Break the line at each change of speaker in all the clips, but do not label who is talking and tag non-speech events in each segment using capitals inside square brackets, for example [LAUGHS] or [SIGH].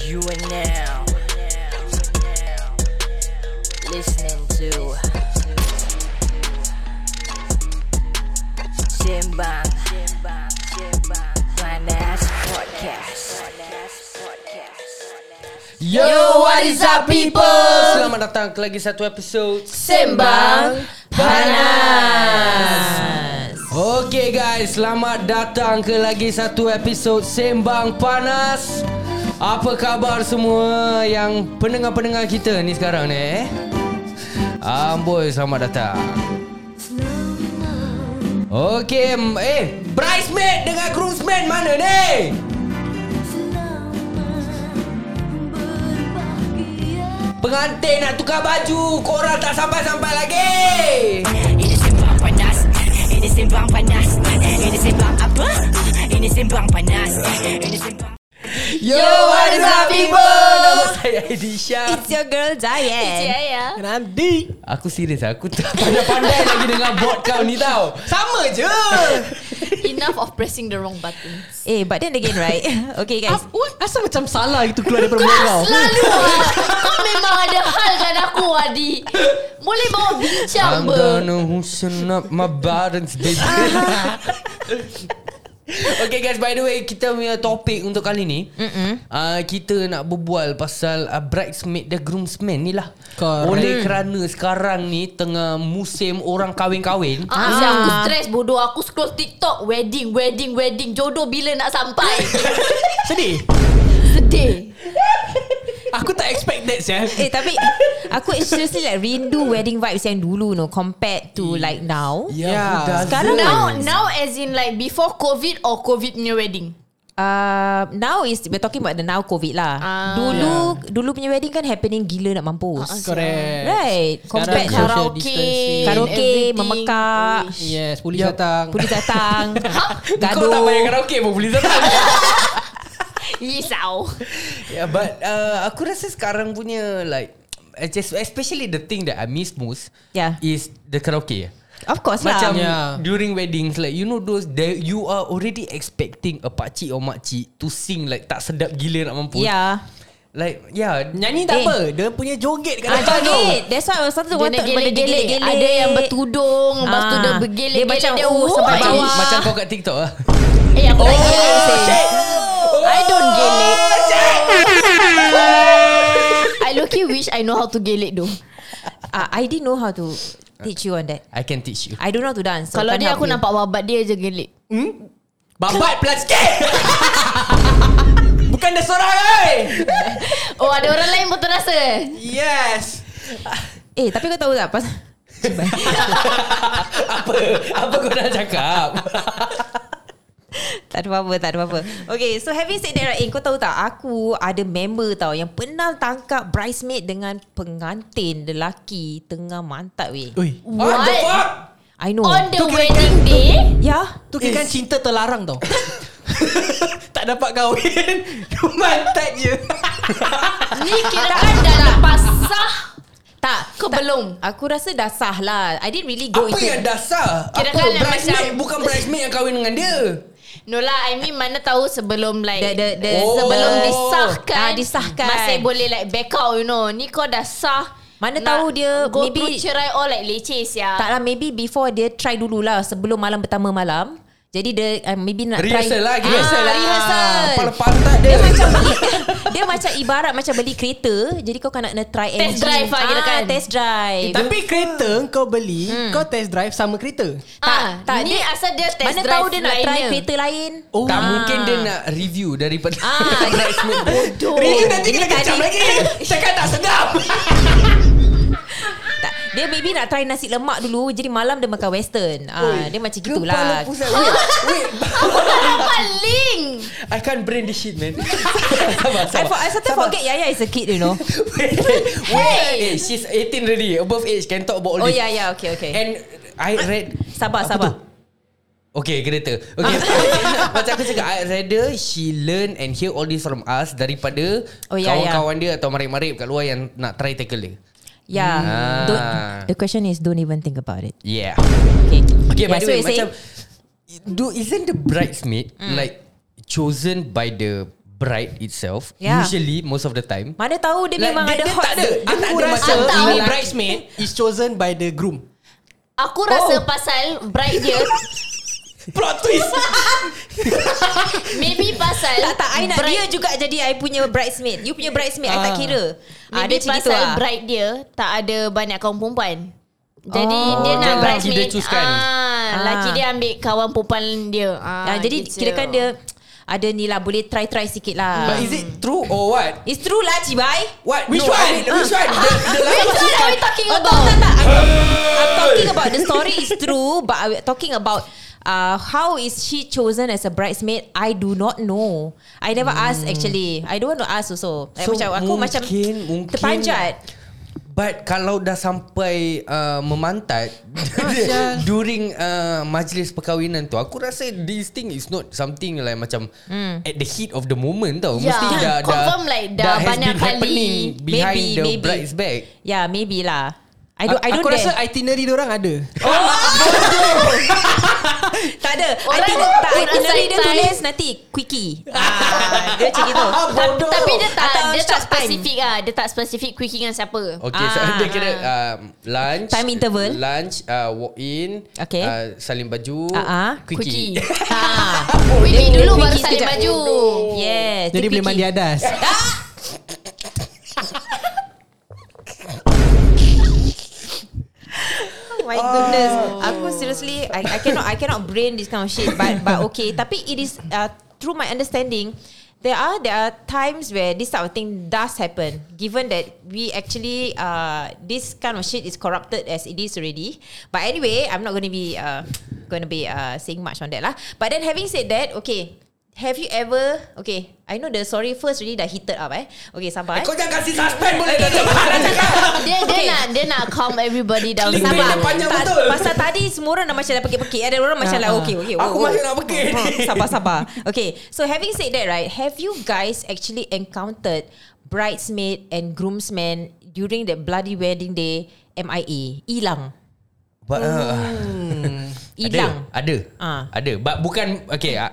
You are now listening to Simbang Finance Podcast.
Yo,
what is up, people?
Selamat datang ke lagi satu episod
Sembang Panas
Okay guys, selamat datang ke lagi satu episod Sembang Panas Apa khabar semua yang pendengar-pendengar kita ni sekarang ni eh? Amboi, selamat datang Okay, m- eh Bridesmaid dengan groomsmaid mana ni? Pengantin nak tukar baju Korang tak sampai-sampai lagi
Ini sembang panas Ini sembang panas Ini sembang apa? Ini sembang panas Ini sembang
Yo,
what is up, people?
Nama saya Aidy Syah
It's your girl Jayan
Jaya
And I'm D
Aku serius Aku tak pandai-pandai [LAUGHS] lagi dengan bot kau ni tau Sama je
Enough of pressing the wrong buttons
Eh but then again right Okay guys
What? Asal macam salah itu keluar daripada mulut
Oh.
kau?
Selalu ah. Kau memang ada hal kan aku Adi Boleh bawa bincang
I'm
ber
gonna loosen up my balance baby Okay guys by the way Kita punya topik untuk kali ni uh, Kita nak berbual pasal uh, Bridesmaid dan groomsman ni lah
Correct.
Oleh kerana sekarang ni Tengah musim orang kahwin-kahwin
Ah, ah. aku stres bodoh Aku scroll TikTok Wedding, wedding, wedding Jodoh bila nak sampai
Sedih.
Sedih
Aku tak expect that sia.
Eh tapi Aku seriously like Rindu wedding vibes yang dulu no Compared to like now
Ya, yeah.
Ya. Sekarang kan?
Now now as in like Before COVID Or COVID punya wedding
uh, Now is We're talking about the now COVID lah
Ah.
Dulu Dulu punya wedding kan Happening gila nak mampus
Correct.
Right
Sekarang
Compared
social
Karaoke
distancing.
Karaoke,
everything.
memekak.
Uish.
Yes, polis datang.
[LAUGHS]
Ya, Polis datang Gaduh
karaoke pun boleh
[LAUGHS]
datang
Risau
Yeah, but uh, aku rasa sekarang punya like es- especially the thing that I miss most
Yeah.
is the karaoke.
Of course lah
Macam ya.
Yeah.
during weddings like you know those that you are already expecting a pakcik or makcik to sing like tak sedap gila nak mampus.
Yeah
Like ya, yeah.
Nyanyi
Ya.
tak
Eh.
apa. Dia punya joget kat
Ah,
atas tu.
joget That's why I was started to
Dia
want
nak
benda
gelek-gelek
gelek-gelek
Ada yang bertudung Lepas tu
Ah.
dia bergelek
Dia macam,
dia,
oh, sampai
macam,
bawah.
macam kau kat TikTok lah.
Eh aku tak gelek
Oh,
sih.
Oh,
I don't gelek I lucky wish I know how to gelek though
Ah, I didn't know how to teach you on that.
I can teach you.
I don't know how to dance.
Kalau
can't
dia
help
aku
you.
nampak babat dia je gelek
Babat pelan sikit. Bukan dia seorang oi.
Oh ada orang lain pun terasa eh?
Yes.
Eh, tapi kau tahu tak pas
apa? Apa kau nak cakap?
tak ada apa-apa, tak ada apa-apa. Okay, so having said that, right, eh, kau tahu tak, aku ada member tau yang pernah tangkap bridesmaid dengan pengantin lelaki tengah mantap weh.
Ui.
What the
What?
fuck?
I know. Ya?
On the
Tu kira-
wedding [LAUGHS] day
yeah.
Tu kira kan cinta
[LAUGHS]
terlarang tau. tak dapat kahwin. Mantan je.
Ni kira kan dah lepas sah
Tak,
Ke belum
aku rasa dah sah lah. I didn't really go
Apa
into lah
yang dasar? Apa?
Kira-kira macam-
Bridesmaid bukan bridesmaid yang kahwin dengan dia.
No lah I mean mana tahu sebelum like
The- the- the-
Oh.
Sebelum disahkan
Ah, disahkan.
Masih boleh like back out you know Ni kau dah sah nak
Mana tahu dia
Go
maybe-
through cerai all like leceh ya
Tak lah maybe before dia try dululah sebelum malam pertama malam. Jadi dia uh, maybe nak
Rehearsal
try Ah,
lah, rehearsal lah.
Rehearsal.
Kepala pantat dia.
Dia macam beli, [LAUGHS] dia macam ibarat macam beli kereta, jadi kau kena nak try
Test
engine. Ah,
drive lah kira kan.
Test
Eh,
drive.
Tapi
Ah.
kereta kau beli,
Hmm.
kau test drive sama kereta.
Ah,
tak,
tak, ni
dia-
asal dia test
Mana
drive
tahu dia nak try
[LAUGHS] lainnya.
kereta lain?
Oh. Tak
Ah.
mungkin dia nak review daripada
Ah,
[LAUGHS] Bodoh
Review nanti
Ini
kena kecam
[LAUGHS]
tadi- [LAUGHS]
lagi. Cakap tak sedap.
tak, dia maybe nak try nasi lemak dulu, jadi malam dia makan western. Ah, dia macam gitulah.
Wait, wait
Aku dah dapat link
[LAUGHS] I can't brain this shit
[LAUGHS]
man Sabar
I, for,
sabar
I started forget Yaya is a kid, you know.
[LAUGHS] Wait, Wait eh, She's 18 already Above age Can talk about all
oh
this
ya ya, okay okay.
And I read
Ah,
Apa
Sabar sabar. Ah.
tu? Okay kereta Okay [LAUGHS] Macam aku cakap I rather she learn And hear all this from us Daripada
Oh, ya,
Kawan-kawan dia Atau marip-marip kat luar Yang nak try tackle dia
Yeah.
Ah.
Don't, the question is don't even think about it.
Yeah
Okay.
Okay yeah, by the
Yeah, so
way
you say-
Macam do, Isn't the bridesmaid mm. Like Chosen by the bride itself yeah.
Yeah.
Usually most of the time
Mana tahu dia memang ada
dia, dia
hot
tak ada.
seat.
Dia
tak
aku
ada
rasa
macam-
ini
Atau-
bridesmaid is chosen by the groom.
Aku rasa pasal bride dia
Plot
[LAUGHS]
twist.
[LAUGHS] Maybe pasal
Tak tak I nak
bride-
dia juga jadi I punya bridesmaid You punya bridesmaid I tak
Ah.
kira ah,
Maybe
Dia
pasal
macam gitu lah
bride dia Tak ada banyak kawan perempuan Jadi
Oh.
oh, dia nak
Jadi lelaki
bridesmaid
dia choose-kan.
ah, Lelaki
kan? Ah.
dia ambil kawan perempuan dia ah,
ah, Jadi kirakan dia Ada ni lah Boleh try-try sikit lah
But is it true or what?
It's true lah Cibai
What? Which no, one? Which one? The,
[LAUGHS]
the
Which
last
one are we talking
Oh, tak,
about?
tak, tak. I'm, I'm talking about the story is true, but I'm talking about uh, how is she chosen as a bridesmaid? I do not know. I never ask actually. I don't want to ask also. So,
So,
macam aku macam
mungkin- mungkin-
terpanjat.
But kalau dah sampai uh, memantat
Ah,
[LAUGHS] during uh, majlis perkahwinan tu aku rasa this thing is not something like macam
Hmm.
mm. at the heat of the moment tau.
Yeah.
Mesti dah
Confirm
dah
like dah
has
banyak
been
kali.
happening behind
Maybe,
the
maybe.
bride's back.
Yeah, maybe lah. I don't, I don't
aku
dare.
rasa itinerary dia orang ada.
tak ada. I
Orang
think
pun
tak
rasa
itinerary dia
time.
tulis nanti quickie. ah, dia macam gitu.
Ta- Tapi dia tak
Atau
Dia tak
short time.
spesifik ah, Dia tak spesifik Quickie dengan siapa
Okay, so
Ah,
dia kira
ah.
um, lunch,
Time interval.
lunch, uh, walk in,
Okay.
uh, salin baju,
Ah, ah.
quickie.
Quickie
Ah.
Quickie
Dia
dulu baru
quickie
salin
sekejap. [LAUGHS]
baju
Yes.
Jadi
dia
boleh mandi
quickie.
adas.
Oh My goodness, aku seriously, I, I cannot, I cannot brain this kind of shit. But but okay, tapi it is uh, through my understanding, there are there are times where this type of thing does happen. Given that we actually uh this kind of shit is corrupted as it is already. But anyway, I'm not going to be uh going to be uh saying much on that lah. But then having said that, okay. Have you ever Okay I know the story first Really dah heated up eh Okay sabar eh
Kau jangan kasih suspend boleh dah cakap dah
[LAUGHS]
cakap.
Dia dia
Okay.
nak Dia nak calm everybody down
Clickbait
Sabar
dia panjang
tak,
betul.
Pasal tadi semua orang dah macam dah pekik-pekik Ada orang macam
Ah,
lah
ah.
Okay okay
Aku masih nak pekik
Ah,
ni.
Sabar sabar Okay So having said that right Have you guys actually encountered Bridesmaid and groomsmen During that bloody wedding day MIA Hilang
But, uh,
Hilang
Ada Ada,
Ah.
ada. But bukan Okay a-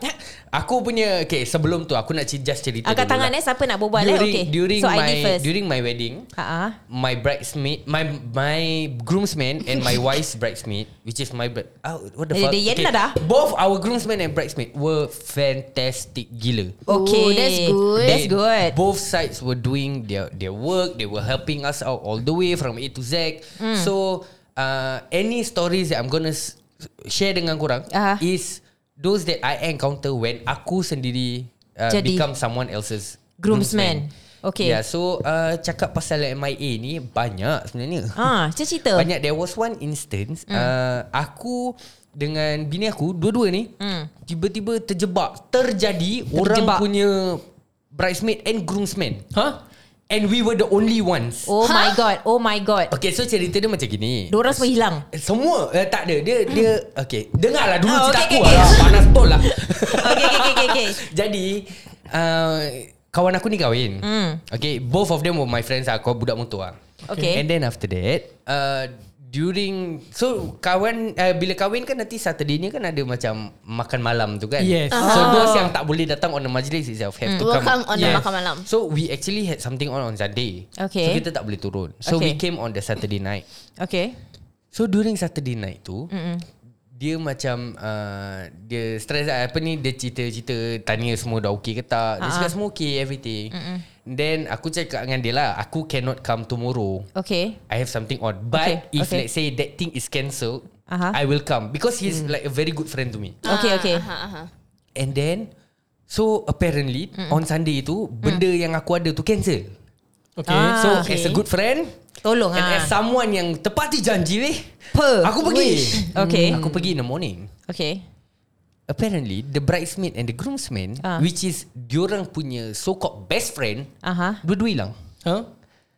Aku punya Okay sebelum tu Aku nak ci- just cerita
Angkat
dulu
tangan
lah.
eh Siapa nak berbual eh
during,
Okay
during
So
my
I did first
During my wedding
Ah, ah.
My bridesmaid My my groomsman And
[LAUGHS]
my wife's bridesmaid Which is my bride oh, What the
Eh,
fuck
dia yen lah dah.
Both our groomsmen and bridesmaid Were fantastic gila
Okay
Ooh, that's good.
They-
That's good
Both sides were doing their their work. They were helping us out all the way from A to Z.
Hmm.
So uh, any stories that I'm gonna s- share dengan korang
Aha.
is those that I encounter when aku sendiri uh,
Jadi
become someone else's
groomsman. Okay.
Yeah. So uh, cakap pasal MIA ni banyak sebenarnya.
Ah, Macam cerita
Banyak There was one instance
Hmm.
mm. uh, Aku Dengan bini aku Dua-dua ni mm. Tiba-tiba terjebak Terjadi terjebak. Orang
Hmm. Terjebak.
punya Bridesmaid and groomsman
Huh?
And we were the only ones
Oh my god Oh my god
Okay so cerita dia macam gini
Diorang semua hilang
Semua eh, Tak ada Dia
Hmm.
dia Okay Dengarlah dulu
Oh,
cerita aku
okay, okay,
Alah,
okay.
Panas betul
[LAUGHS]
lah
Okay okay okay, okay, okay.
[LAUGHS] Jadi uh, Kawan aku ni kahwin
Hmm.
mm. Okay Both of them were my friends lah Kau budak motor lah
Okay.
And then after that uh, During So kawan uh, Bila kahwin kan nanti Saturday ni kan ada macam Makan malam tu kan
Yes.
So those yang tak boleh datang On the majlis itself Have to
Will
come
come Ah. Hmm. on the
Yes.
makan malam.
So we actually had something on on Sunday
Okay.
So kita tak boleh turun So we
Okay.
came on the Saturday night
Okay
So during Saturday night tu Mm-mm. Dia macam uh, Dia stress lah Apa ni Dia cerita-cerita Tanya semua dah okay ke tak Dia
Ah.
cakap semua okay Everything Mm-mm. Then aku cakap dengan dia lah Aku cannot come tomorrow
Okay
I have something on But
Okay,
if
okay.
let's say That thing is cancelled
Aha. Mm.
I will come Because he's like a very good friend to me
Okay okay
ah. And then So apparently Mm-mm. On Sunday tu Benda yang aku ada tu cancel
Okay.
Mm. Ah.
So
okay.
as a good friend
Tolong
And
ah.
as someone yang tepati janji weh
Per.
Aku pergi Hmm.
Wish. Okay.
Aku pergi in the morning
Okay.
Apparently The bridesmaid and the groomsman
Ah.
Which is Diorang punya So called best friend
Aha.
Dua-dua hilang
Huh?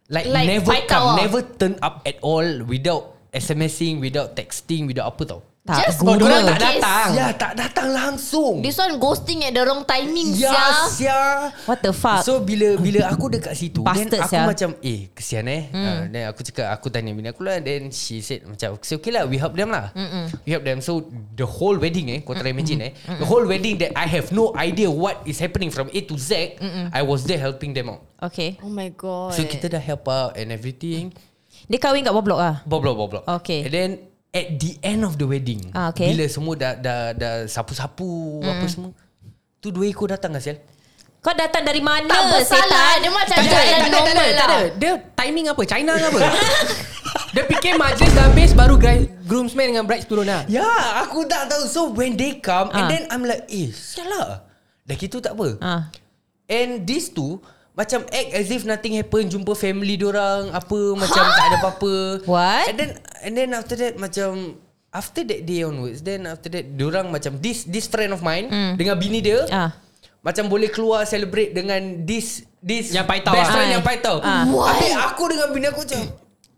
Like,
Like
never
fight
come
out ah.
Never turn up at all Without SMSing Without texting Without apa tau
Tak
Just
Oh,
Google.
diorang tak
Case.
datang.
Ya tak datang langsung
This one ghosting at the wrong timing
Ya
yeah. sia.
sia
What the fuck
So
so,
bila bila aku dekat situ Then
Ah, Bastard, Hmm.
aku
sia.
macam Eh kesian eh mm. uh, Then aku cakap Aku tanya bini aku lah Then she said Macam so okay lah We help them lah Mm-mm. We help them So the whole wedding eh Kau try imagine eh The whole wedding that I have no idea What is happening from A to Z Mm-mm. I was there helping them out
Okay
Oh my god.
So kita dah help out And everything
Dia kahwin kat bawah blok lah
Boblok boblok
Okay.
And then At the end of the wedding
Ah, okay. Mm.
Bila semua dah Dah, dah sapu-sapu Apa semua Tu dua ekor datang lah Sel
Kau datang dari mana
tak bersalah. Dia macam
Tak ada,
jalan
tak ada, tak ada,
normal
tak
lah.
ada. Dia timing apa? China ke apa? [LAUGHS] Dia fikir majlis dah habis baru gri- groomsmen dengan brides turun lah.
Ya aku tak tahu So when they come And
Ah.
then I'm like Eh salah Dah gitu tak apa
Ah.
And these two Macam act as if nothing happen Jumpa family diorang Apa Macam tak ada apa-apa
What?
And then And then after that Macam After that day onwards Then after that Diorang macam This this friend of mine
Hmm.
mm. Dengan bini dia
Ah.
Macam boleh keluar celebrate Dengan this This
Yang paitao
Best
ah.
friend
Ah.
yang paitao
Ah.
Tapi aku dengan bini aku macam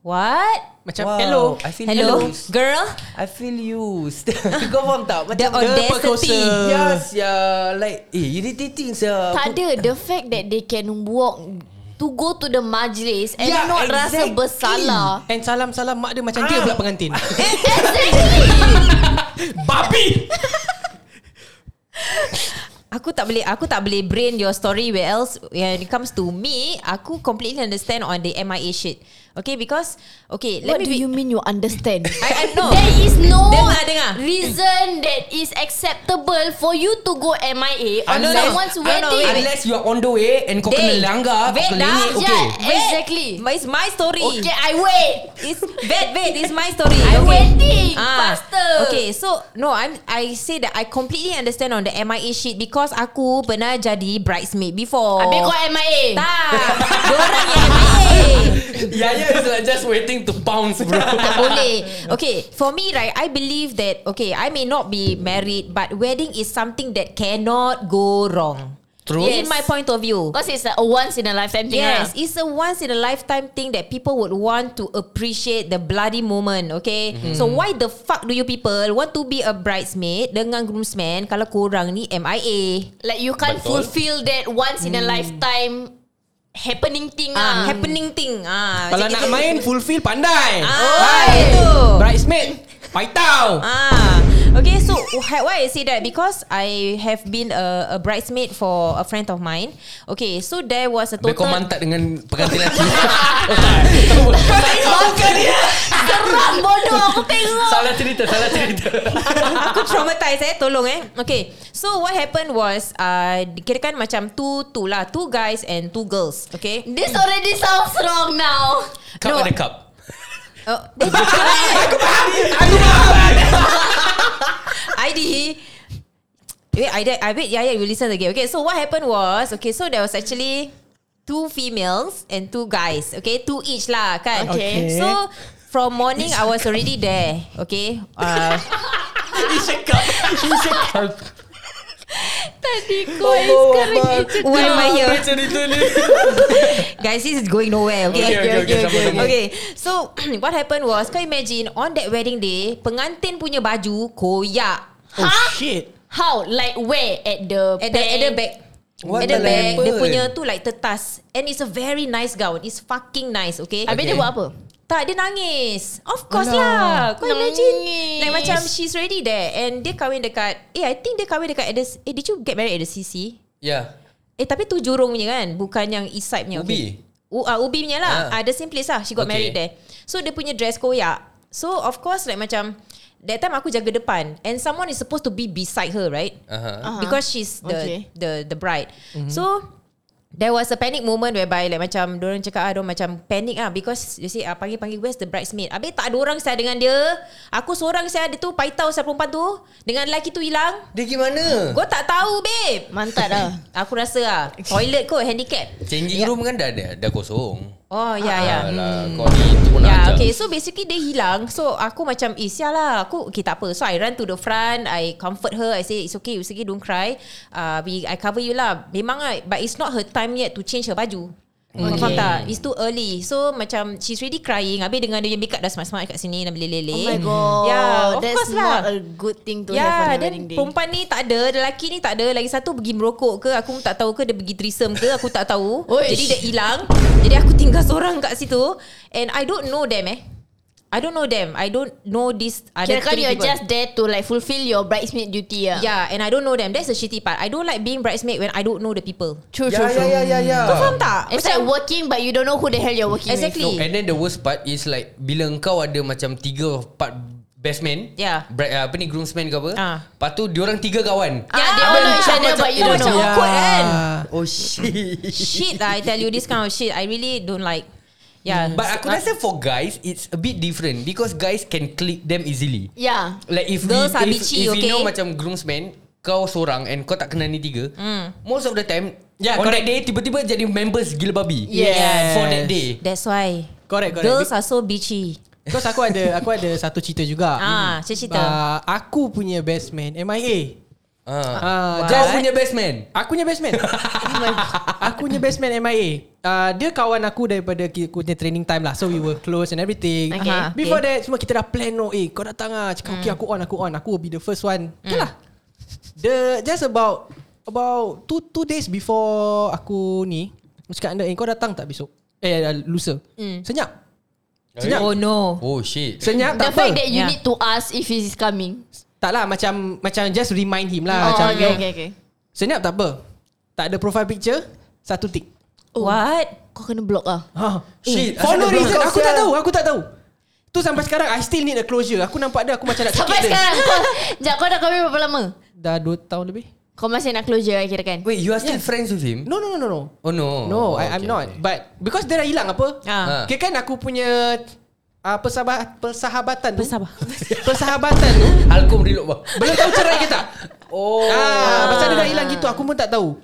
What
Macam
Wow,
hello.
I feel
Hello
used.
Girl
I feel used [LAUGHS] Kau faham tak?
The
Macam
audacity
Yes, yeah. Like, eh, irritating saya.
Tak ada the fact that they can walk to go to the majlis and
Yeah,
not
Ya,
rasa
exactly.
bersalah.
[LAUGHS]
And salam-salam mak dia macam dia
Ah.
pula pengantin.
[LAUGHS] Babi!
Aku tak boleh Aku tak boleh brain your story Where else When it comes to me Aku completely understand On the MIA shit Okay because Okay let
What do
me be
you mean you understand?
[LAUGHS] I, I know
There is no
Dengar, dengar.
reason that is acceptable for you to go MIA
Ah,
on
Unless-
someone's
Ah, no, no,
wedding.
Unless you are on the way and kau kena
Dey,
langgar, kau
wait Ah,
kena
dah,
lengit,
yeah,
okay. [LAUGHS]
exactly.
my, It's my story
Okay, I wait.
It's bad, bad. It's my story.
I
Ah,
waiting, faster.
Okay, so no, I'm. I say that I completely understand on the MIA shit because aku pernah jadi bridesmaid before.
Habis kau MIA.
tak. Diorang yang MIA.
Yaya is like Ya, just waiting to pounce, bro.
tak boleh. Okay, for me right, I believe that okay, I may not be married, but wedding is something that cannot go wrong.
True.
In my point of view.
Because it's like a once in a lifetime thing.
Yes,
lah.
it's a once in a lifetime thing that people would want to appreciate the bloody moment, okay?
Mm-hmm.
So why the fuck do you people want to be a bridesmaid dengan groomsman kalau korang ni MIA?
Like you can't
Betul.
fulfill that once in a lifetime happening thing
Hmm. Ah,
lah.
happening thing. Ah,
Kalau
macam
nak
gitu.
main fulfill pandai.
Ah, itu.
Bridesmaid, paitao.
Ah, okay. So why why I say that? Because I have been a, a bridesmaid for a friend of mine. Okay, so there was a
Dia kau
total. [LAUGHS]
mantap dengan pengantin lelaki.
Seram bodoh aku tengok.
salah cerita, salah cerita.
aku traumatized eh Tolong eh Okay So what happened was uh, Kirakan macam Two Two lah Two guys and two girls Okay
This already sounds wrong now.
Cup
No.
ada cup.
oh, Aku faham [LAUGHS] Aku faham ID Wait, I, did- I wait, yeah, yeah, you listen again. Okay, so what happened was, okay, so there was actually two females and two guys. Okay, two each lah, kan?
Okay.
So, from morning, I was already there. Okay. Uh,
Oh, apa?
[LAUGHS] why am I here?
Cerita ni.
Ha? Guys, this is going nowhere.
Okay,
Okay,
okay, okay, sama, sama.
Okay, so [CLEARS THROAT] what happened was, kau imagine on that wedding day, pengantin punya baju koyak
Oh shit.
How? Like where? At the
at the at the back.
What
at the
the
back, dia
leopard?
punya tu like tetas. And it's a very nice gown. It's fucking nice, okay?
Habis
Okay. Oh,
dia buat apa?
Tak, dia nangis. Of course lah.
Alah.
Kau imagine.
Nangis.
Like macam she's already there. And dia kahwin dekat, eh I think dia kahwin dekat, at the, eh did you get married at the CC?
Yeah.
Eh tapi tu jurung punya kan Bukan yang east side punya
Ubi?
okay. U, uh, Ubi punya lah
Ah.
ah. The same place lah She got
Okay.
married there So dia punya dress koyak So of course like macam That time aku jaga depan And someone is supposed to be beside her right
Aha.
Aha.
Because she's the
Okay.
the the bride So There was a panic moment whereby like macam orang cakap ah, dorang macam panic ah because you see ah, panggil-panggil where's the bridesmaid. Habis tak ada orang saya dengan dia. Aku seorang saya ada tu paitau saya perempuan tu dengan lelaki tu hilang.
Dia gimana?
Gua tak tahu babe.
Mantap lah.
Aku rasa lah Toilet kot handicap Ya.
Changing room kan dah ada, dah kosong.
Oh ya ya
Alah, kau ni tu pun nak
Ya
ajak.
okay So basically dia hilang So aku macam Eh sial lah Aku okay tak apa So I run to the front I comfort her I say it's okay It's okay don't cry uh, we, I cover you lah Memang lah But it's not her time yet To change her baju Okay. Faham tak? It's too early. So macam she's really crying. Habis dengan dia punya makeup dah smart-smart kat sini
Oh
dah
Eh?
meleleh-leleh.
my god.
Yeah, of
That's
course lah.
not a good thing to have
Ya,
on a wedding
dan
day.
perempuan ni tak ada, lelaki ni tak ada. Lagi satu pergi merokok ke, aku pun tak tahu ke dia pergi threesome ke, aku tak tahu.
Oish.
Jadi dia hilang. Jadi aku tinggal seorang kat situ and I don't know them eh. I don't know them. I don't know this
Kira
other
kan
three
you're
people.
just there to like fulfill your bridesmaid duty ah.
Yeah, and I don't know them. That's the shitty part. I don't like being bridesmaid when I don't know the people.
True,
Ya ya ya ya ya.
Kau faham tak?
It's like working but you don't know who the hell you're working
Exactly.
No, and then the worst part is like bila engkau ada macam tiga part best man,
Yeah.
bri- uh, apa ni groomsman ke apa.
Ya. Ah.
Lepas tu diorang tiga kawan.
with. Yeah, they all Ah, know each other but you don't know.
Macam awkward kan?
Oh shit.
Shit lah, I tell you this kind of shit. I really don't like.
Mm.
[LAUGHS]
Yeah.
But aku rasa for guys it's a bit different because guys can click them easily.
Yeah.
Like if
Girls are
we, if,
bitchy,
if
okay?
you know macam groomsman kau seorang and kau tak kenal ni tiga.
Hmm.
Mm. Most of the time
Yeah,
on that
correct.
day tiba-tiba jadi members gila babi.
Yes.
For that day.
That's why.
Correct, correct.
Girls are so bitchy.
Because aku ada aku ada satu cerita
mm.
juga.
Ah, saya cerita.
Ah, aku punya best man MIA.
Ah.
Ah,
Kau
just-
punya best man.
Aku punya
[LAUGHS]
best man
Oh
Aku punya best man MIA uh, Dia kawan aku daripada ki- Aku punya training time lah So we were close and everything
Okay. Hmm.
Aha. Before that Semua kita dah plan no, Eh kau datang lah Cakap okay aku on aku on Aku will be the first one Okay lah The Just about About two, two days before Aku ni Aku cakap dengan dia, Eh kau datang tak besok Eh uh, lusa
Hmm.
Senyap Senyap
Oh no.
Oh shit.
Senyap
The
tak apa
fact that you
Yeah.
need to ask if he's coming.
Tak lah macam Macam just remind him
Oh,
lah Macam
okay,
you know,
okay, okay.
Senyap tak apa Tak ada profile picture Satu tick
What?
Oh. Kau kena block ah.
Ha.
Shit,
Eh, for
asal
no
dia
reason.
berangkat
Aku tak
sial.
tahu. Aku tak tahu. Tu sampai sekarang I still need a closure. Aku nampak dia aku macam nak
Sampai
cekik
[LAUGHS]
dia.
sekarang kau Sekejap kau dah kahwin berapa lama?
Dah 2 tahun lebih.
Kau masih nak closure I kira kan
Wait, you are still friends with him?
No no no no no.
Oh Ha. no.
No, I, I'm not. But because dia dah hilang apa?
Ah.
Kira kan aku punya uh, persahabat, persahabatan tu.
Persahabatan.
[LAUGHS] persahabatan tu.
Alkom dilok bah.
Belum tahu cerai ke tak?
Oh.
Ah, pasal dia dah hilang gitu aku pun tak tahu.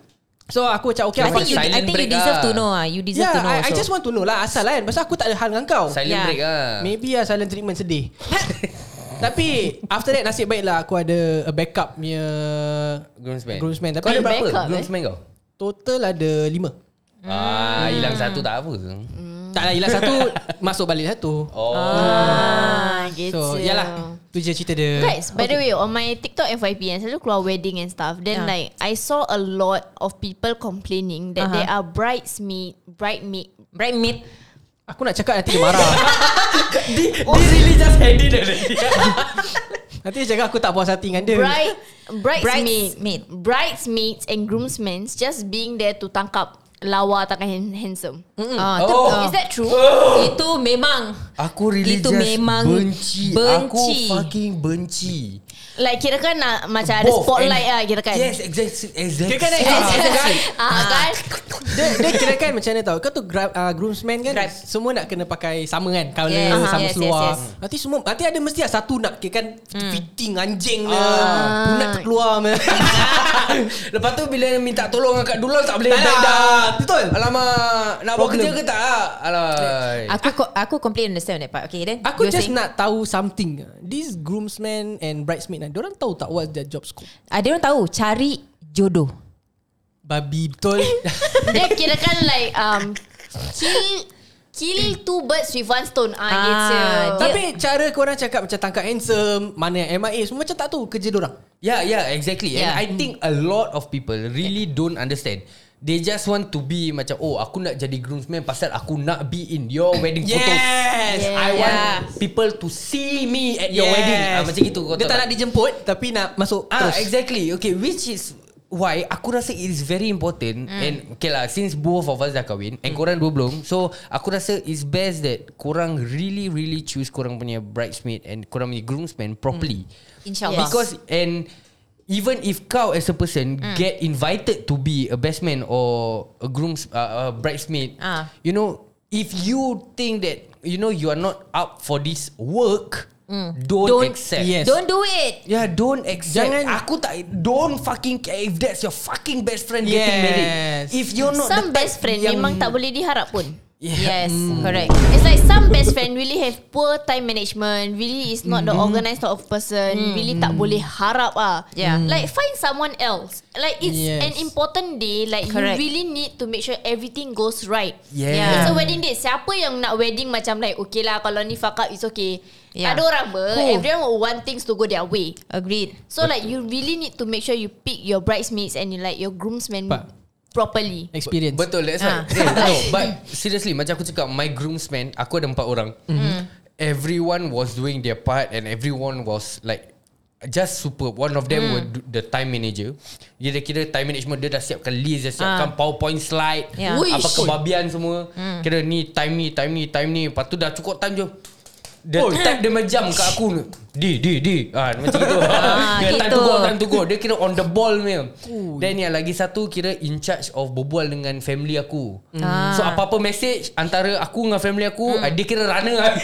So aku macam okay
I
aku
think you,
akan-
I
Silent
think you
break
deserve
ah.
to know ah. You deserve
Yeah,
to know.
I, I
also.
just want to know lah asal kan. Pasal aku tak ada hal dengan kau.
Silent
Yeah.
break ah.
Maybe lah silent treatment sedih [LAUGHS] Tapi After that nasib baik lah Aku ada a backup punya
Groomsman.
Groomsman. Tapi
kau ada
you
berapa?
backup, eh?
groomsman kau?
Total ada lima
Ah, hilang satu tak apa.
Tak lah hilang satu Masuk balik satu
Oh.
Ah,
So
gitu
yalah Tu je cerita dia
Guys, by the way, on my TikTok FYP yang selalu keluar wedding and stuff, then
Ah.
like I saw a lot of people complaining that
Uh-huh.
Aha.
they are bridesmaid, bridesmaid.
Bridesmaid.
Aku nak cakap nanti dia marah
This really just ended already.
Nanti dia cakap aku tak puas hati dengan dia
[LAUGHS]
Bride,
Bridesmaid.
bridesmaid, bridesmaids and groomsmen just being there to tangkap lawa tangkap hand- handsome.
Ah, tu,
Oh.
Is that true?
Itu memang.
Aku really
Itu
just
memang
benci. Aku
benci.
fucking benci.
Like kira kan nak macam ada
Both
spotlight
and-
ah kira kan.
Yes, exactly. exactly.
Kira kan eh,
[LAUGHS] Ah kan?
dia, dia kira kan macam mana tau Kau tu gra- uh, groomsman kan
Grab.
Semua nak kena pakai Sama kan Kalau
Yes,
yes, sama
yes,
yes, seluar
yes,
yes,
yes.
yes. Nanti semua Nanti ada mesti lah Satu nak kira kan Fitting anjing lah Punat terkeluar
Lepas tu bila minta tolong angkat dulur tak boleh
Tak nak.
Betul.
Betul.
Alamak, nak buat
Problem.
kerja ke tak? Alah.
Aku ko- aku completely understand that part. Okay then.
Aku
you're
just
saying-
nak tahu something These groomsmen and bridesmaid nah, Diorang tahu tak What's their job scope
Ah, dia orang tahu cari jodoh.
Babi betul
Dia kira kan like um, kill kill two birds with one stone. Ah,
Ah,
gitu.
Tapi cara korang cakap Macam tangkap handsome Mana yang MIA Semua macam tak tahu kerja diorang
Yeah, yeah, exactly. Yeah. And
Yeah.
I think a lot of people really don't understand. They just want to be macam Oh aku nak jadi groomsman Pasal aku nak be in your wedding photos I want
Yeah.
people to see me at your wedding ah, Macam gitu kau
Dia
tahu
tak nak dijemput Tapi nak masuk
Ah,
terus
exactly. Okay, which is why aku rasa it is very important mm. and okay lah since both of us dah kahwin and korang dua belum so aku rasa it's best that korang really really choose korang punya bridesmaid and korang punya groomsman properly
InsyaAllah.
because and even if kau as a person mm. get invited to be a best man or a grooms uh, a bridesmaid
Ah.
you know if you think that you know you are not up for this work mm. don't,
Don't-
don't accept
Yes.
Don't do it.
Yeah, don't accept. Jangan,
Jangan-
aku tak don't fucking care if that's your fucking best friend yes.
Yes.
getting married. If you're not
Some
the type
best friend
yang-
memang tak boleh diharap pun.
Yes,
Hmm.
correct.
It's like some best friend really have poor time management, really is not the
Mm-hmm.
organised sort of person, really tak boleh harap ah.
Mm. Yeah. Mm.
Like find someone else. Like it's
Yes.
an important day, like you
Correct.
really need to make sure everything goes right.
Yeah.
Yeah.
It's a wedding date. Siapa yang nak wedding macam like okay lah kalau ni fuck up it's okay. Yeah.
Yeah.
Ada orang ber,
Who?
everyone will want things to go their way.
Agreed.
So like you really need to make sure you pick your bridesmaids and you like your groomsmen
Pak.
properly.
Experience
Betul that's
Ah.
right eh, No but Seriously Macam aku cakap My groomsmen Aku ada empat orang
Mm-hmm.
Everyone was doing their part And everyone was like Just super One of
Mm.
them were do- The time manager Dia dah kira time management Dia dah siapkan list Dia siapkan powerpoint slide
Ah. Yeah. Mm.
Wish.
Apa kebabian semua Kira ni time ni Time ni Time ni Lepas tu dah cukup time je dia oh. type dia macam kat aku ni. Di di di ha, Macam gitu
[LAUGHS]
ha, Dia time to
gitu.
go time to go Dia kira on the ball ni Then yang lagi satu Kira in charge of Berbual dengan family aku So apa-apa message Antara aku dengan family aku ah, Dia kira runner lah.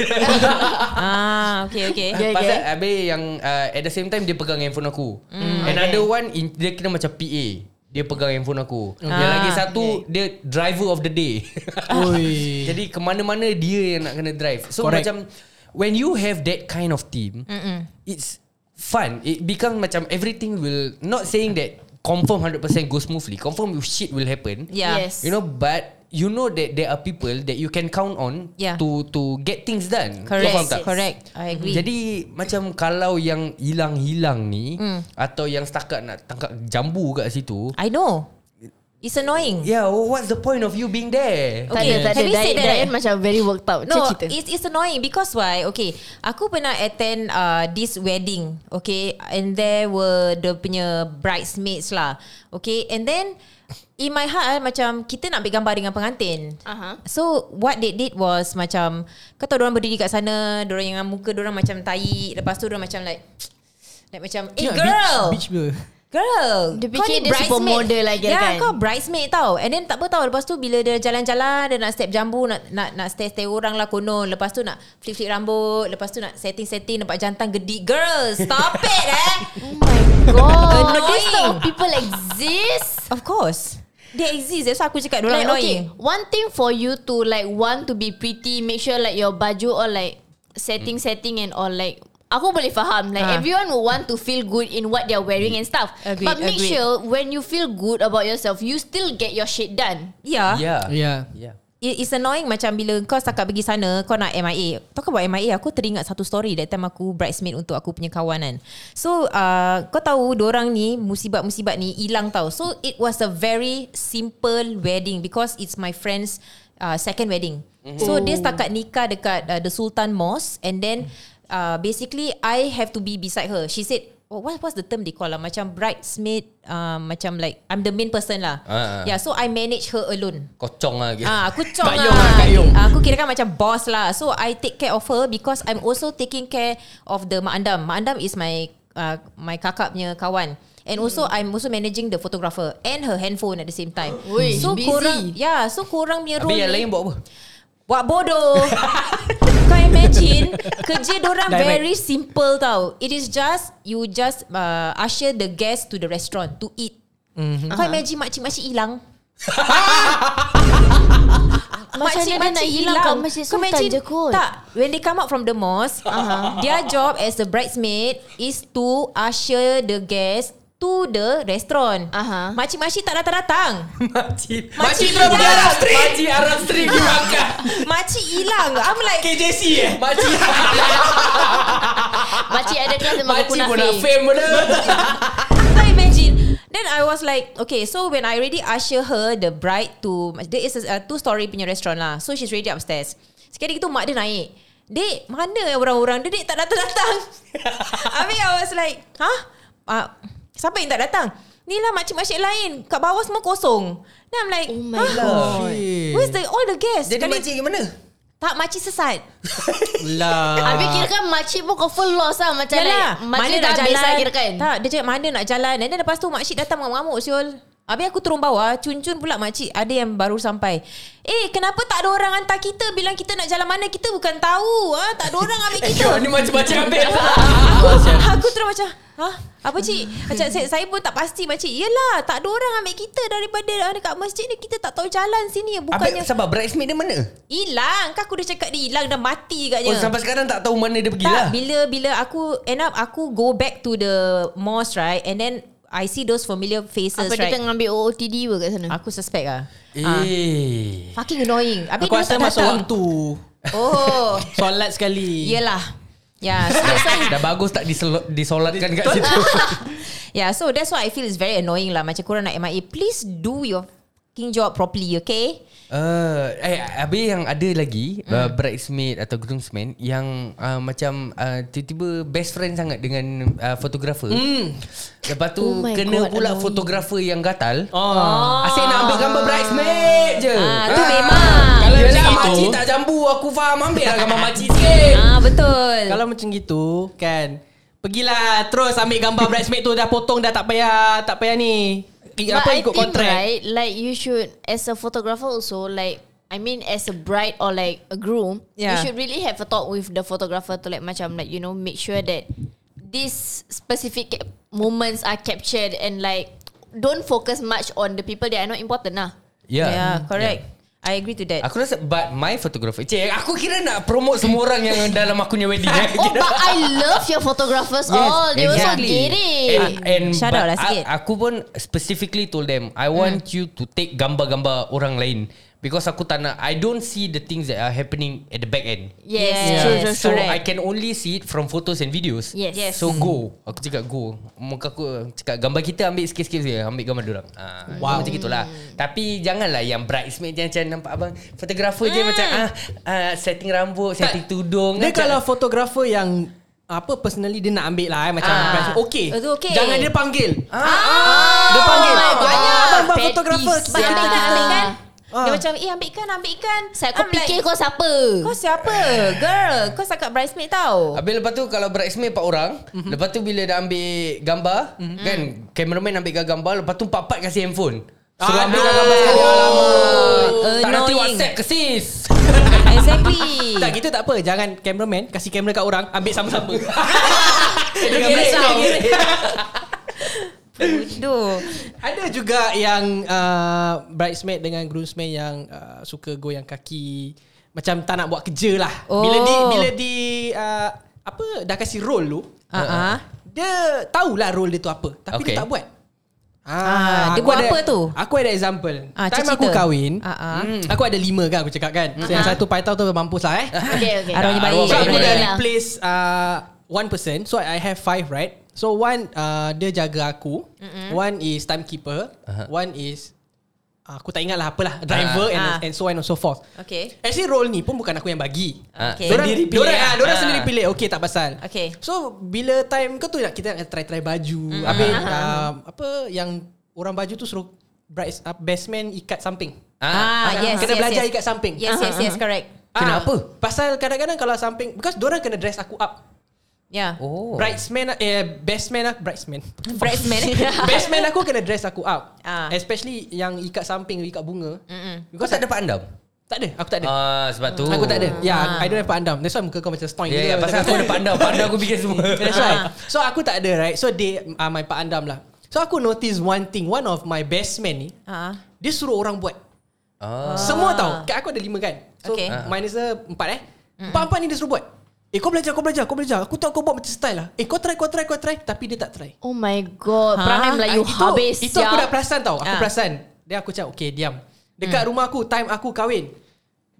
Ah, okay,
[LAUGHS]
okay.
Pasal habis yang uh, At the same time Dia pegang handphone aku
Mm.
Another one in, Dia kira macam PA Dia pegang handphone aku Yang
Ah,
lagi satu Dia driver of the
[LAUGHS]
day
Ui.
Jadi ke mana-mana Dia yang nak kena drive So
Correct.
Correct. macam When you have that kind of team Mm-mm. It's fun It become macam Everything will Not saying that Confirm 100% go smoothly Confirm shit will happen
Yeah.
Yes.
You know but You know that there are people that you can count on
Yeah.
to to get things done. Kau
Correct.
faham tak?
Correct. I agree.
Jadi macam kalau yang hilang-hilang ni mm. atau yang setakat nak tangkap jambu kat situ.
I know. It's annoying.
Yeah, what's the point of you being there?
Tak
Okay,
ada, tak ada.
having
Diet,
said that-
diet macam very worked out.
No,
Macam kita.
it's, it's annoying because why? Okay, aku pernah attend uh, this wedding, okay, and there were the punya bridesmaids lah, okay, and then in my heart ah, macam kita nak ambil gambar dengan pengantin.
Aha.
So what they did was macam kau tahu orang berdiri kat sana, orang yang muka orang macam tai, lepas tu orang macam like like macam eh
Tengok
girl.
Beach, beach ber.
Girl
Dia fikir dia supermodel lagi
Ya
kan?
kau bridesmaid tau And then tak apa tau Lepas tu bila dia jalan-jalan Dia nak step jambu Nak nak, nak stay-stay orang lah konon Lepas tu nak flip-flip rambut Lepas tu nak setting-setting Nampak jantan gedik Girl stop it
[LAUGHS]
eh
Oh my god.
Annoying.
This type of people exist.
Of course They exist That's why aku cakap Diorang
Like
like,
okay,
annoying okay.
one thing for you to like want to be pretty, make sure like your baju or like setting
Mm.
setting and all like aku boleh faham like
Ah.
everyone will want to feel good in what they're wearing and stuff.
Agreed,
But make
agreed.
sure when you feel good about yourself, you still get your shit done.
Yeah,
Yeah.
yeah.
Yeah.
Yeah.
It, It's annoying macam bila kau setakat pergi sana Kau nak MIA Kau kan buat MIA Aku teringat satu story That time aku bridesmaid Untuk aku punya kawanan So uh, kau tahu Diorang ni Musibat-musibat ni Hilang tau So it was a very Simple wedding Because it's my friend's uh, Second wedding
Mm-hmm.
So dia setakat nikah Dekat uh, the Sultan Mosque And then uh, Basically I have to be beside her She said oh, What was the term they call lah Macam bridesmaid uh, Macam like I'm the main person lah
Ah, ah.
Yeah so I manage her alone
Kocong lah gitu. [LAUGHS]
Ah, aku cong
Tak
lah.
yong lah, tak yong.
Ah, aku kira kan macam boss lah. So I take care of her because I'm also taking care of the Mak Andam. Mak Andam is my uh, my kakak punya kawan. And also
Hmm.
I'm also managing the photographer and her handphone at the same time.
Ui,
so
busy.
korang yeah, so korang punya
Habis
role
yang
ni-
lain buat apa? [LAUGHS]
Buat bodoh [LAUGHS] Kau imagine Kerja dorang
Direct.
very simple tau It is just You just uh, Usher the guests to the restaurant To eat mm-hmm. Kau imagine makcik-makcik hilang
[LAUGHS] Macam mana dia nak hilang kat Masjid
Kau
Sultan
imagine-
je kot.
Tak When they come out from the mosque uh-huh. Their job as a bridesmaid Is to usher the guests To the restaurant
Aha.
Makcik-makcik tak datang-datang
Makcik.
Makcik terus pergi Arab Street.
Makcik Arab Street Ya. dimakan.
Makcik hilang I'm like
KJC eh?
Makcik
Makcik ada kelas dengan aku
Makcik
nak
pun nak fame benda.
I imagine. Then I was like, okay, so when I already usher her, the bride to, there is a, a two-story punya restaurant lah. So she's already upstairs. Sekali gitu mak dia naik. Dek, mana orang-orang? Dia dek tak datang-datang.
[LAUGHS]
Habis I was like, huh? Uh, siapa yang tak datang? Ni lah makcik-makcik lain. Kat bawah semua kosong. Then I'm like,
Oh my
"Huh?
god.
Where's the all the guests?
Jadi
Sekali-
makcik mana?
Tak, makcik sesat.
Lah.
Habis kira kan makcik pun confirm lost lah Macam
Yalah,
like Makcik dah habis lah kira kan
Tak, dia cakap mana nak jalan. And then lepas tu makcik datang mengamuk-ngamuk siul. Habis aku turun bawah, cun-cun pula makcik ada yang baru sampai. Eh, kenapa tak ada orang hantar kita bilang kita nak jalan mana? Kita bukan tahu. Ha? Tak ada orang ambil
[LAUGHS] Eh,
kita. [LAUGHS]
kau ni macam-macam habis.
aku, aku terus macam, ha? Hah? Apa cik? Macam saya, saya pun tak pasti makcik. Yelah, tak ada orang ambil kita daripada ah, dekat masjid ni. Kita tak tahu jalan sini.
Bukannya
Bukannya
Sabar bridesmaid dia mana
hilang. Kan aku dah cakap dia hilang. Dah mati
yeah. Oh
katnya.
sampai sekarang tak tahu mana dia pergi
Ya. tak,
lah
bila bila aku end up aku go back to the mosque right and then I see those familiar faces
Apa dia
right.
tengah ambil OOTD pun kat sana
Aku suspect ah.
Eh
Fucking annoying. Habis
Aku
dia
rasa
tak
masuk
datang.
waktu
Oh,
Solat sekali
yelah. Ya, yeah, so that's why
Dah bagus tak disel- disolatkan kat situ
Yeah, so that's why I feel it's very annoying lah. Macam korang nak MIA, please do your fucking job properly, okay?
Uh, eh, habis yang ada lagi uh, bridesmaid atau groomsman yang uh, macam uh, tiba-tiba best friend sangat dengan uh, fotografer. Mm. Lepas tu
Oh
oh
my
kena
God,
pula
annoying.
fotografer yang gatal. Oh.
oh.
Asyik nak ambil gambar bridesmaid je.
Ah, tu memang.
Kalau macam
Yelah, macam
makcik
tu.
tak jambu, aku faham. Ambil lah gambar
[LAUGHS]
makcik sikit.
Ah, betul.
Kalau macam gitu Kan Pergilah Terus ambil gambar bridesmaid tu Dah potong dah tak payah Tak payah ni I-
But
Apa
I
ikut
think,
kontrak
right, Like you should As a photographer also Like I mean as a bride Or like a groom
Yeah.
You should really have a talk With the photographer To like macam like You know make sure that These specific cap- Moments are captured And like Don't focus much On the people That are not important lah
Yeah. Mm,
yeah, Ya, correct. Yeah. I agree to
Ya.
that.
Aku rasa But my photographer Cik aku kira nak promote Semua orang yang Dalam aku punya wedding [LAUGHS] eh.
Oh but I love your photographers yes, all Oh, They were so
exactly.
get
And,
it
and
Shout
but
out lah
a-
sikit.
Aku pun specifically told them I want you to take gambar-gambar orang lain because aku tak nak I don't see the things that are happening at the back end.
Yes,
Yeah.
true, true,
Yes.
So
true.
I can only see it from photos and videos.
Yes. Yes.
So go. Aku cakap go. Muka aku cakap gambar kita ambil sikit-sikit je. Ambil gambar orang. Ah,
Hmm.
wow. Macam gitulah. Tapi janganlah yang bridesmaid je macam nampak abang fotografer
Hmm.
je macam ah, ah setting rambut, setting tudung.
Dia
macam-
kalau fotografer yang apa personally dia nak ambil lah eh, macam
Ah.
ah. okay.
Itu okay.
Jangan dia panggil. Ah.
Dia
Oh
panggil.
my
Ah.
God.
Banyak Oh abang buat
Pet
fotografer.
peeves
But
lah.
ambil kan, ambil kan. Dia
Ah.
macam, eh ambil kan, ambil kan.
Saya kau
I'm
fikir kau siapa
kau siapa? Girl, kau cakap bridesmaid
Oh.
tau.
Habis lepas tu kalau bridesmaid 4 orang,
Mhm.
mm-hmm. lepas tu bila dah ambil gambar, mm-hmm. kan cameraman ambil gambar, lepas tu empat-empat kasi handphone. Suruh ambil gambar sekali.
Oh.
Alamak. Tak nanti
Annoying.
WhatsApp ke sis.
[LAUGHS] exactly.
Tak kita tak apa Jangan cameraman Kasih kamera kat orang Ambil
[LAUGHS]
sama-sama
Dia
Gambar
risau.
sendiri.
Bodoh.
Ada juga yang uh, Bridesmaid dengan groomsmaid Yang uh, suka goyang kaki Macam tak nak buat kerja lah
Oh.
Bila di Bila di uh, Apa Dah kasih role tu
Ah, ah.
Dia tahulah role dia tu apa Tapi okay.
Okay.
dia tak buat
Ah, dia
aku
buat
ada-
apa tu?
Aku ada example
Ah,
Time
cerita.
aku kahwin
Ah, ah.
mm, Aku ada lima kan aku cakap kan so, Yang satu paitau tu mampus lah eh
[LAUGHS]
Okay okay
Arwahnya
Arwah
baik.
So aku
Boleh
dah
lah.
replace uh, One person So I have five right So one uh, Dia jaga aku mm-hmm. One is timekeeper uh-huh. One is uh, Aku tak ingat lah apalah Driver uh-huh. and,
Ah.
and so on and so forth
Okay.
Actually role ni pun bukan aku yang bagi
Ah,
Okay.
Dorang-
sendiri pilih
dorang-
lah.
ah, Dorang
Ah.
sendiri pilih Okay tak pasal
Okay.
So bila time Kau tu nak kita nak try-try baju mm. Habis
Ah,
uh, Apa Yang Orang baju tu suruh brides, uh, Best man ikat samping
Ah.
Ah, yes,
Kena
yes,
belajar
yes.
ikat samping. Ah,
Yes, yes, yes, correct.
Kenapa?
Pasal kadang-kadang kalau samping Because dorang kena dress aku up
Yeah.
Oh.
Bridesman eh best man lah
[LAUGHS]
bridesman.
[LAUGHS] Bridesmaid.
best man aku kena dress aku up.
Ah.
Especially yang ikat samping, ikat bunga. Mm-mm.
Kau
Because
tak ada pak andam?
tak ada, aku tak ada.
Ah, sebab tu.
Aku tak ada. Ya, yeah, I don't have pandam. That's why muka kau macam
Ah.
stoing. lah.
Ya, ya, pasal aku Ah. ada pak andam. Pak andam aku bikin semua.
[LAUGHS] That's right. So aku tak ada, right? So they uh, my pak andam lah. So aku notice one thing, one of my best man ni,
Ha.
Ah.
dia suruh orang buat.
Ah.
Semua tau. Kat aku ada lima kan. So
Okay.
okay. minus dia empat eh. Empat-empat ni dia suruh buat. Eh kau belajar, kau belajar, kau belajar. Aku tahu kau buat macam style lah. Eh kau try, kau try, kau try. Tapi dia tak try.
Oh my god
Ha?
Perangai Melayu
Ah, itu,
habis
Itu aku
siap.
dah perasan tau Aku
Ah.
perasan Dia aku cakap Okay diam
Hmm.
Dekat rumah aku Time aku kahwin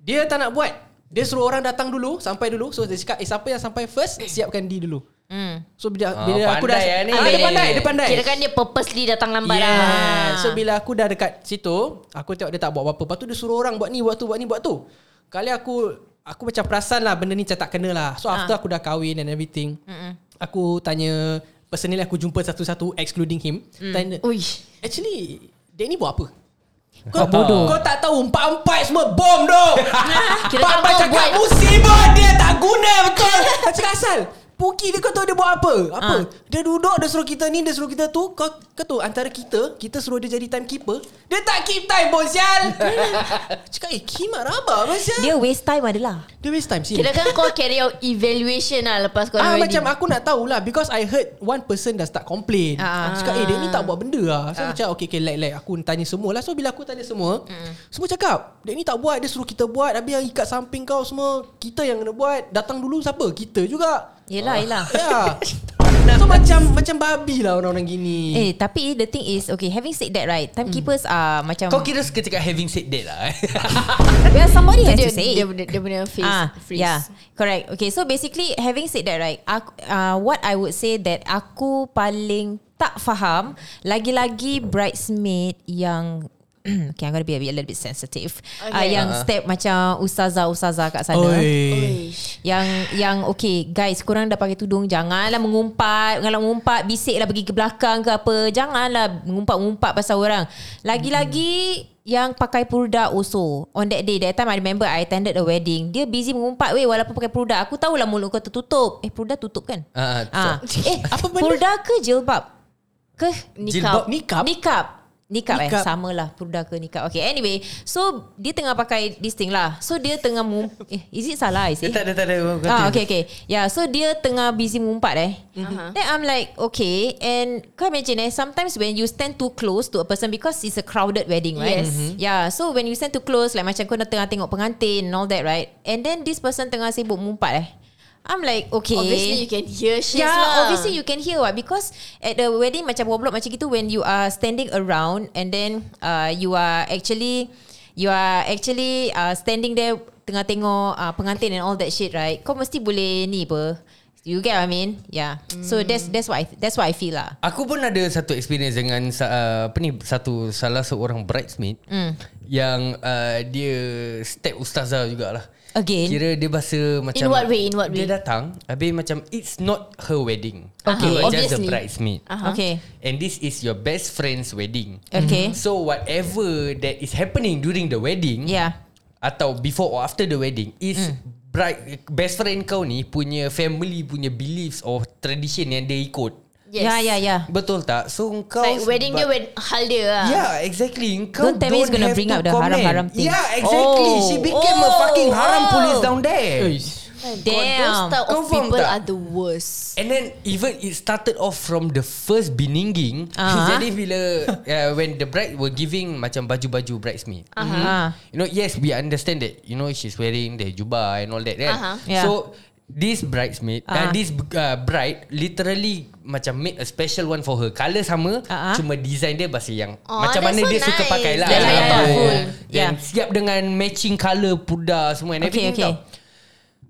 Dia tak nak buat Dia suruh orang datang dulu Sampai dulu So dia cakap Eh siapa yang sampai first Siapkan dia dulu
Hmm.
So bila,
Ah,
bila aku dah
pandai eh ni.
Ah, Dia pandai Dia pandai
Kira kan dia purposely datang lambat
Yeah.
lah
So bila aku dah dekat situ, aku tengok dia tak buat apa-apa. Lepas tu dia suruh orang buat ni, buat tu, buat ni, buat tu. Kali aku aku macam perasan lah benda ni macam tak kena lah. So
Ah.
after aku dah kahwin and everything, Mm-mm. aku tanya personally aku jumpa satu-satu excluding him. Mm. Tanya,
Uish
actually dia ni buat apa? Kau bodoh. Kau tak tahu empat-empat semua bom doh.
[LAUGHS] Kira kau
Empat-empat cakap
buat-
musibah dia tak guna betul. Macam asal. Puki dia kau tahu dia buat apa?
Ah.
Apa? Dia duduk dia suruh kita ni, dia suruh kita tu. Kau kau tahu antara kita, kita suruh dia jadi timekeeper. Dia tak keep time pun
[LAUGHS]
sial. Cakap eh kimak rabak pun sial. Dia,
Dia waste time adalah
dia waste time sini.
Kira kan kau carry out evaluation lah lepas kau
Ah
dah
macam
wedding.
aku nak tahulah because I heard one person dah start complain.
Ah.
Ah. Cakap eh dia ni tak buat benda lah. So macam okay okay like like aku tanya semua lah. So bila aku tanya semua,
Hmm.
semua cakap dia ni tak buat dia suruh kita buat habis yang ikat samping kau semua kita yang kena buat. Datang dulu siapa? Kita juga.
Yelah
Ah.
yelah [LAUGHS]
Ya. so macam macam babi lah orang-orang gini.
Eh tapi the thing is Okay having said that right Timekeepers
Hmm.
are macam
Kau kira seketika having said that lah
[LAUGHS]
eh.
Ah.
Well somebody
Itu
has
dia,
to say it.
dia, dia, dia punya face freeze.
Ah, Yeah, correct. Okay, so basically having said that right, aku, uh, what I would say that aku paling tak faham lagi-lagi bridesmaid yang [CLEARS THROAT] okay, I'm gonna be a, bit, a little bit sensitive.
Okay.
Okay. Uh,
Ah.
yang step macam ustazah ustazah kat
Oh,
sana. Yang yang okay guys Korang dah pakai tudung Janganlah mengumpat Kalau mengumpat Bisik lah pergi ke belakang ke apa Janganlah mengumpat-ngumpat pasal orang Lagi-lagi Yang pakai purda also On that day That time I remember I attended a wedding Dia busy mengumpat Weh walaupun pakai purda Aku tahulah mulut kau tertutup Eh purda tutup kan?
[LAUGHS] Ah,
Ah. [LAUGHS] Eh
Apa benda?
purda ke jilbab? Ke
Jilbab
nikab?
nikab?
Nikab Nikab, nikab. eh
Nikab.
Sama lah Purda ke nikab Okay anyway So dia tengah pakai This thing lah So dia tengah mengum- eh, Is it salah I say?
Dia tak ada tak ada.
Ah, okay, okay. Yeah, so dia tengah busy mengumpat eh. Uh-huh. Then I'm like, okay. And kau imagine eh, sometimes when you stand too close to a person because it's a crowded wedding, right?
Yes. Mhm.
Yeah, so when you stand too close, like macam kau dah tengah tengok pengantin and all that, right? And then this person tengah sibuk mengumpat eh. I'm like, okay.
Obviously you can hear shit
Yeah,
lah.
Ya, obviously you can hear what because at the wedding macam woblok macam gitu when you are standing around and then uh, you are actually you are actually uh, standing there tengah tengok uh, pengantin and all that shit right. Kau mesti boleh ni apa. You get what I mean? Yeah. Mm.
Hmm.
So that's that's what I, that's what I feel lah.
Aku pun ada satu experience dengan sa- uh, apa ni satu salah seorang bridesmaid mm.
Hmm.
yang uh, dia step ustazah jugalah.
Again?
Kira dia bahasa macam
what way? In what way?
Dia datang habis macam it's not her wedding.
Okay,
You are just a
obviously.
bridesmaid.
Aha.
Okay.
And this is your best friend's wedding.
Okay.
So whatever that is happening during the wedding
Yeah.
atau before or after the wedding is
Hmm.
mm. bride best friend kau ni punya family punya beliefs or tradition yang dia ikut.
Yes.
Yeah, yeah, yeah.
Betul tak? So kau
Like wedding dia wed- hal dia lah.
Yeah, exactly. Kau
Don't tell me he's gonna
have to
bring up the
comment.
haram-haram thing.
Yeah, exactly.
Oh.
Oh. She became oh. a
Oh.
fucking haram
Oh.
police down there.
God, those
Damn.
type of
Confirm
people
tak?
are the worst.
And then even it started off from the first beninging.
Ah.
[LAUGHS] Jadi bila uh, when the bride were giving macam baju-baju bridesmaid.
uh-huh.
Ah.
You know, yes, we understand that. You know, she's wearing the jubah and all that. Right?
Uh-huh.
Yeah.
So this bridesmaid, uh-huh. uh,
Ah.
this uh, bride literally macam made a special one for her. Color sama,
Ah, ah.
uh-huh. cuma design dia bahasa yang
Oh,
macam
that's
mana
so
dia suka
nice.
pakai lah.
Yeah,
Yang
yeah,
atau
yeah.
yang
Yeah.
siap dengan matching color pudar semua and
Okay,
everything
okay.
tau.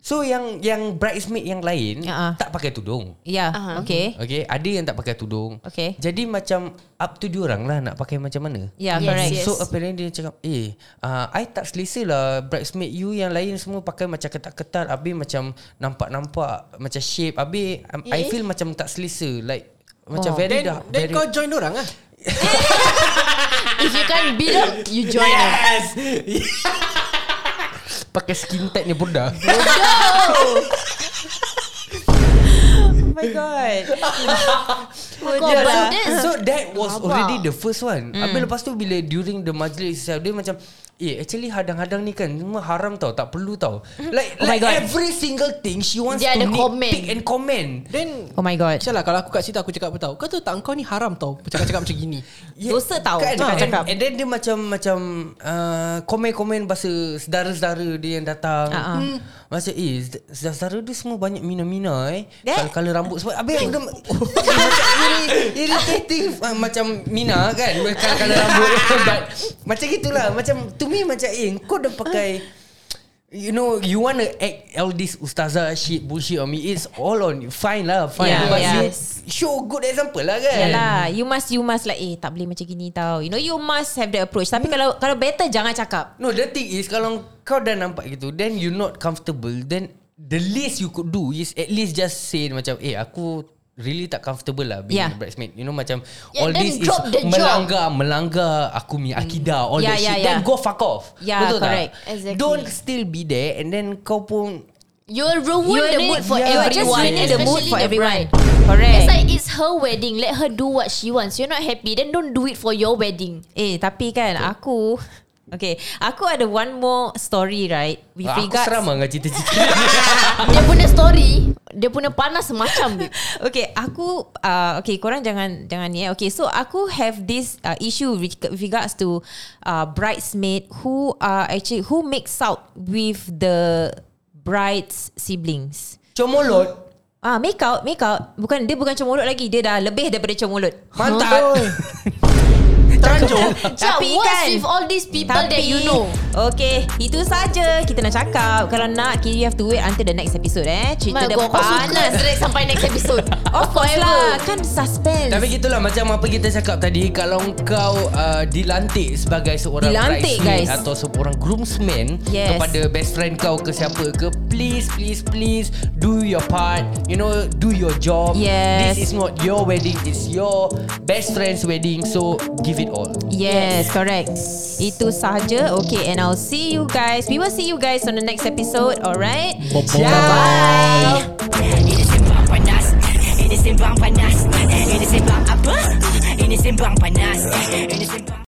So yang yang bridesmaid yang lain
Ah, ah.
uh-huh. tak pakai tudung.
Yeah.
Aha.
Ya. Okay.
Okay, ada yang tak pakai tudung.
Okay.
Jadi macam up to diorang lah nak pakai macam mana.
Yeah,
Yes,
Ya, correct.
yes.
So apparently dia cakap Eh uh, I tak selesa lah Bridesmaid you yang lain semua Pakai macam ketat-ketat Habis macam Nampak-nampak Macam shape Habis um, I feel macam tak selesa Like Macam
Oh.
very
Then,
dah
then
very,
kau join orang lah.
If you can't beat them, you
[LAUGHS]
join them.
[LAUGHS] Pakai skin tag ni
[LAUGHS]
pun dah
Oh my god.
Kau
Yeah,
yeah,
so,
that's
so that was
lah. Rabak. Hmm.
already the first one. Mm. Habis lepas tu bila during the majlis itself dia macam Eh actually hadang-hadang ni kan Semua haram tau Tak perlu tau
Hmm.
Like,
Oh my
like
God.
every single thing She wants
Dia
to
ada comment.
nitpick and comment
Then
Oh my god.
Macam lah kalau aku kat situ aku cakap apa tau Kau tahu tak kau ni haram tau Cakap-cakap macam
[LAUGHS]
gini
Dosa tau.
Kan,
Ah,
and,
cakap.
and then dia macam Macam uh, Komen-komen Bahasa saudara-saudara Dia yang datang
Ah, ah.
uh-huh. hmm. Macam eh sed- Saudara-saudara dia semua Banyak mina-mina eh Oh.
That-
Kala-kala rambut semua Habis dia Macam iri, irritating Ah, Macam Mina kan Kala-kala rambut [LAUGHS] dia. But, Macam gitulah Macam To me macam Eh kau dah pakai You know You want to act All this ustazah shit Bullshit on me It's all on you Fine lah Fine
Yeah,
But
yeah.
you Show good example lah kan
Yalah You must You must like Eh tak boleh macam gini tau You know you must have the approach Tapi kalau Kalau better jangan cakap
No, the thing is kalau kau dah nampak gitu, then you not comfortable, then the least you could do is at least just say macam, eh aku really tak comfortable lah being
Yeah.
yeah. a bridesmaid. You know macam
Yeah,
all
then
this is
drop the job.
melanggar, melanggar aku punya akidah, all
Mm. Yeah,
that
yeah,
shit.
yeah.
Then go fuck off.
Yeah,
Betul
correct.
tak?
Exactly.
Don't still be there and then kau pun
You'll ruin
You
the
are
mood
re-
for
you are just
everyone
ruining the mood
especially
for
the
everyone.
bride.
Correct.
It's like it's her wedding Let her do what she wants You're not happy Then don't do it for your wedding
Eh tapi kan aku Okay Aku ada one more story right With
Aku
regards
seram lah dengan cerita-cerita
Dia punya story Dia punya panas macam [LAUGHS] babe.
Okay aku uh, Okay korang jangan Jangan ni eh Okay so aku have this uh, Issue with with regards to uh, Bridesmaid Who are actually Who makes out With the Bride's siblings [LAUGHS]
Comolot
Ah, make out, make out. Bukan dia bukan cemolot lagi, dia dah lebih daripada cemolot.
Pantat
Teranjung
[LAUGHS] Tapi
Tapi
what's
kan-
with all these people Tapi, that you know
Okay Itu saja Kita nak cakap Kalau nak You have to wait Until the next episode eh Cerita dia
kau suka
panas
Drake sampai next [LAUGHS] episode
Of course lah Kan suspense
Tapi gitulah macam apa kita cakap tadi Kalau kau uh, dilantik sebagai seorang
Dilantik,
bridesmaid
guys.
Atau seorang groomsman
Yes.
Kepada best friend kau ke siapa ke Please, please, please Do your part You know, do your job
Yes.
This is not your wedding It's your best friend's wedding So give it all
Yes, correct. Itu sahaja. Okay, and I'll see you guys. We will see you guys on the next episode. Alright. Bye.
Ini sembang panas Ini sembang panas Ini sembang apa Ini sembang panas Ini sembang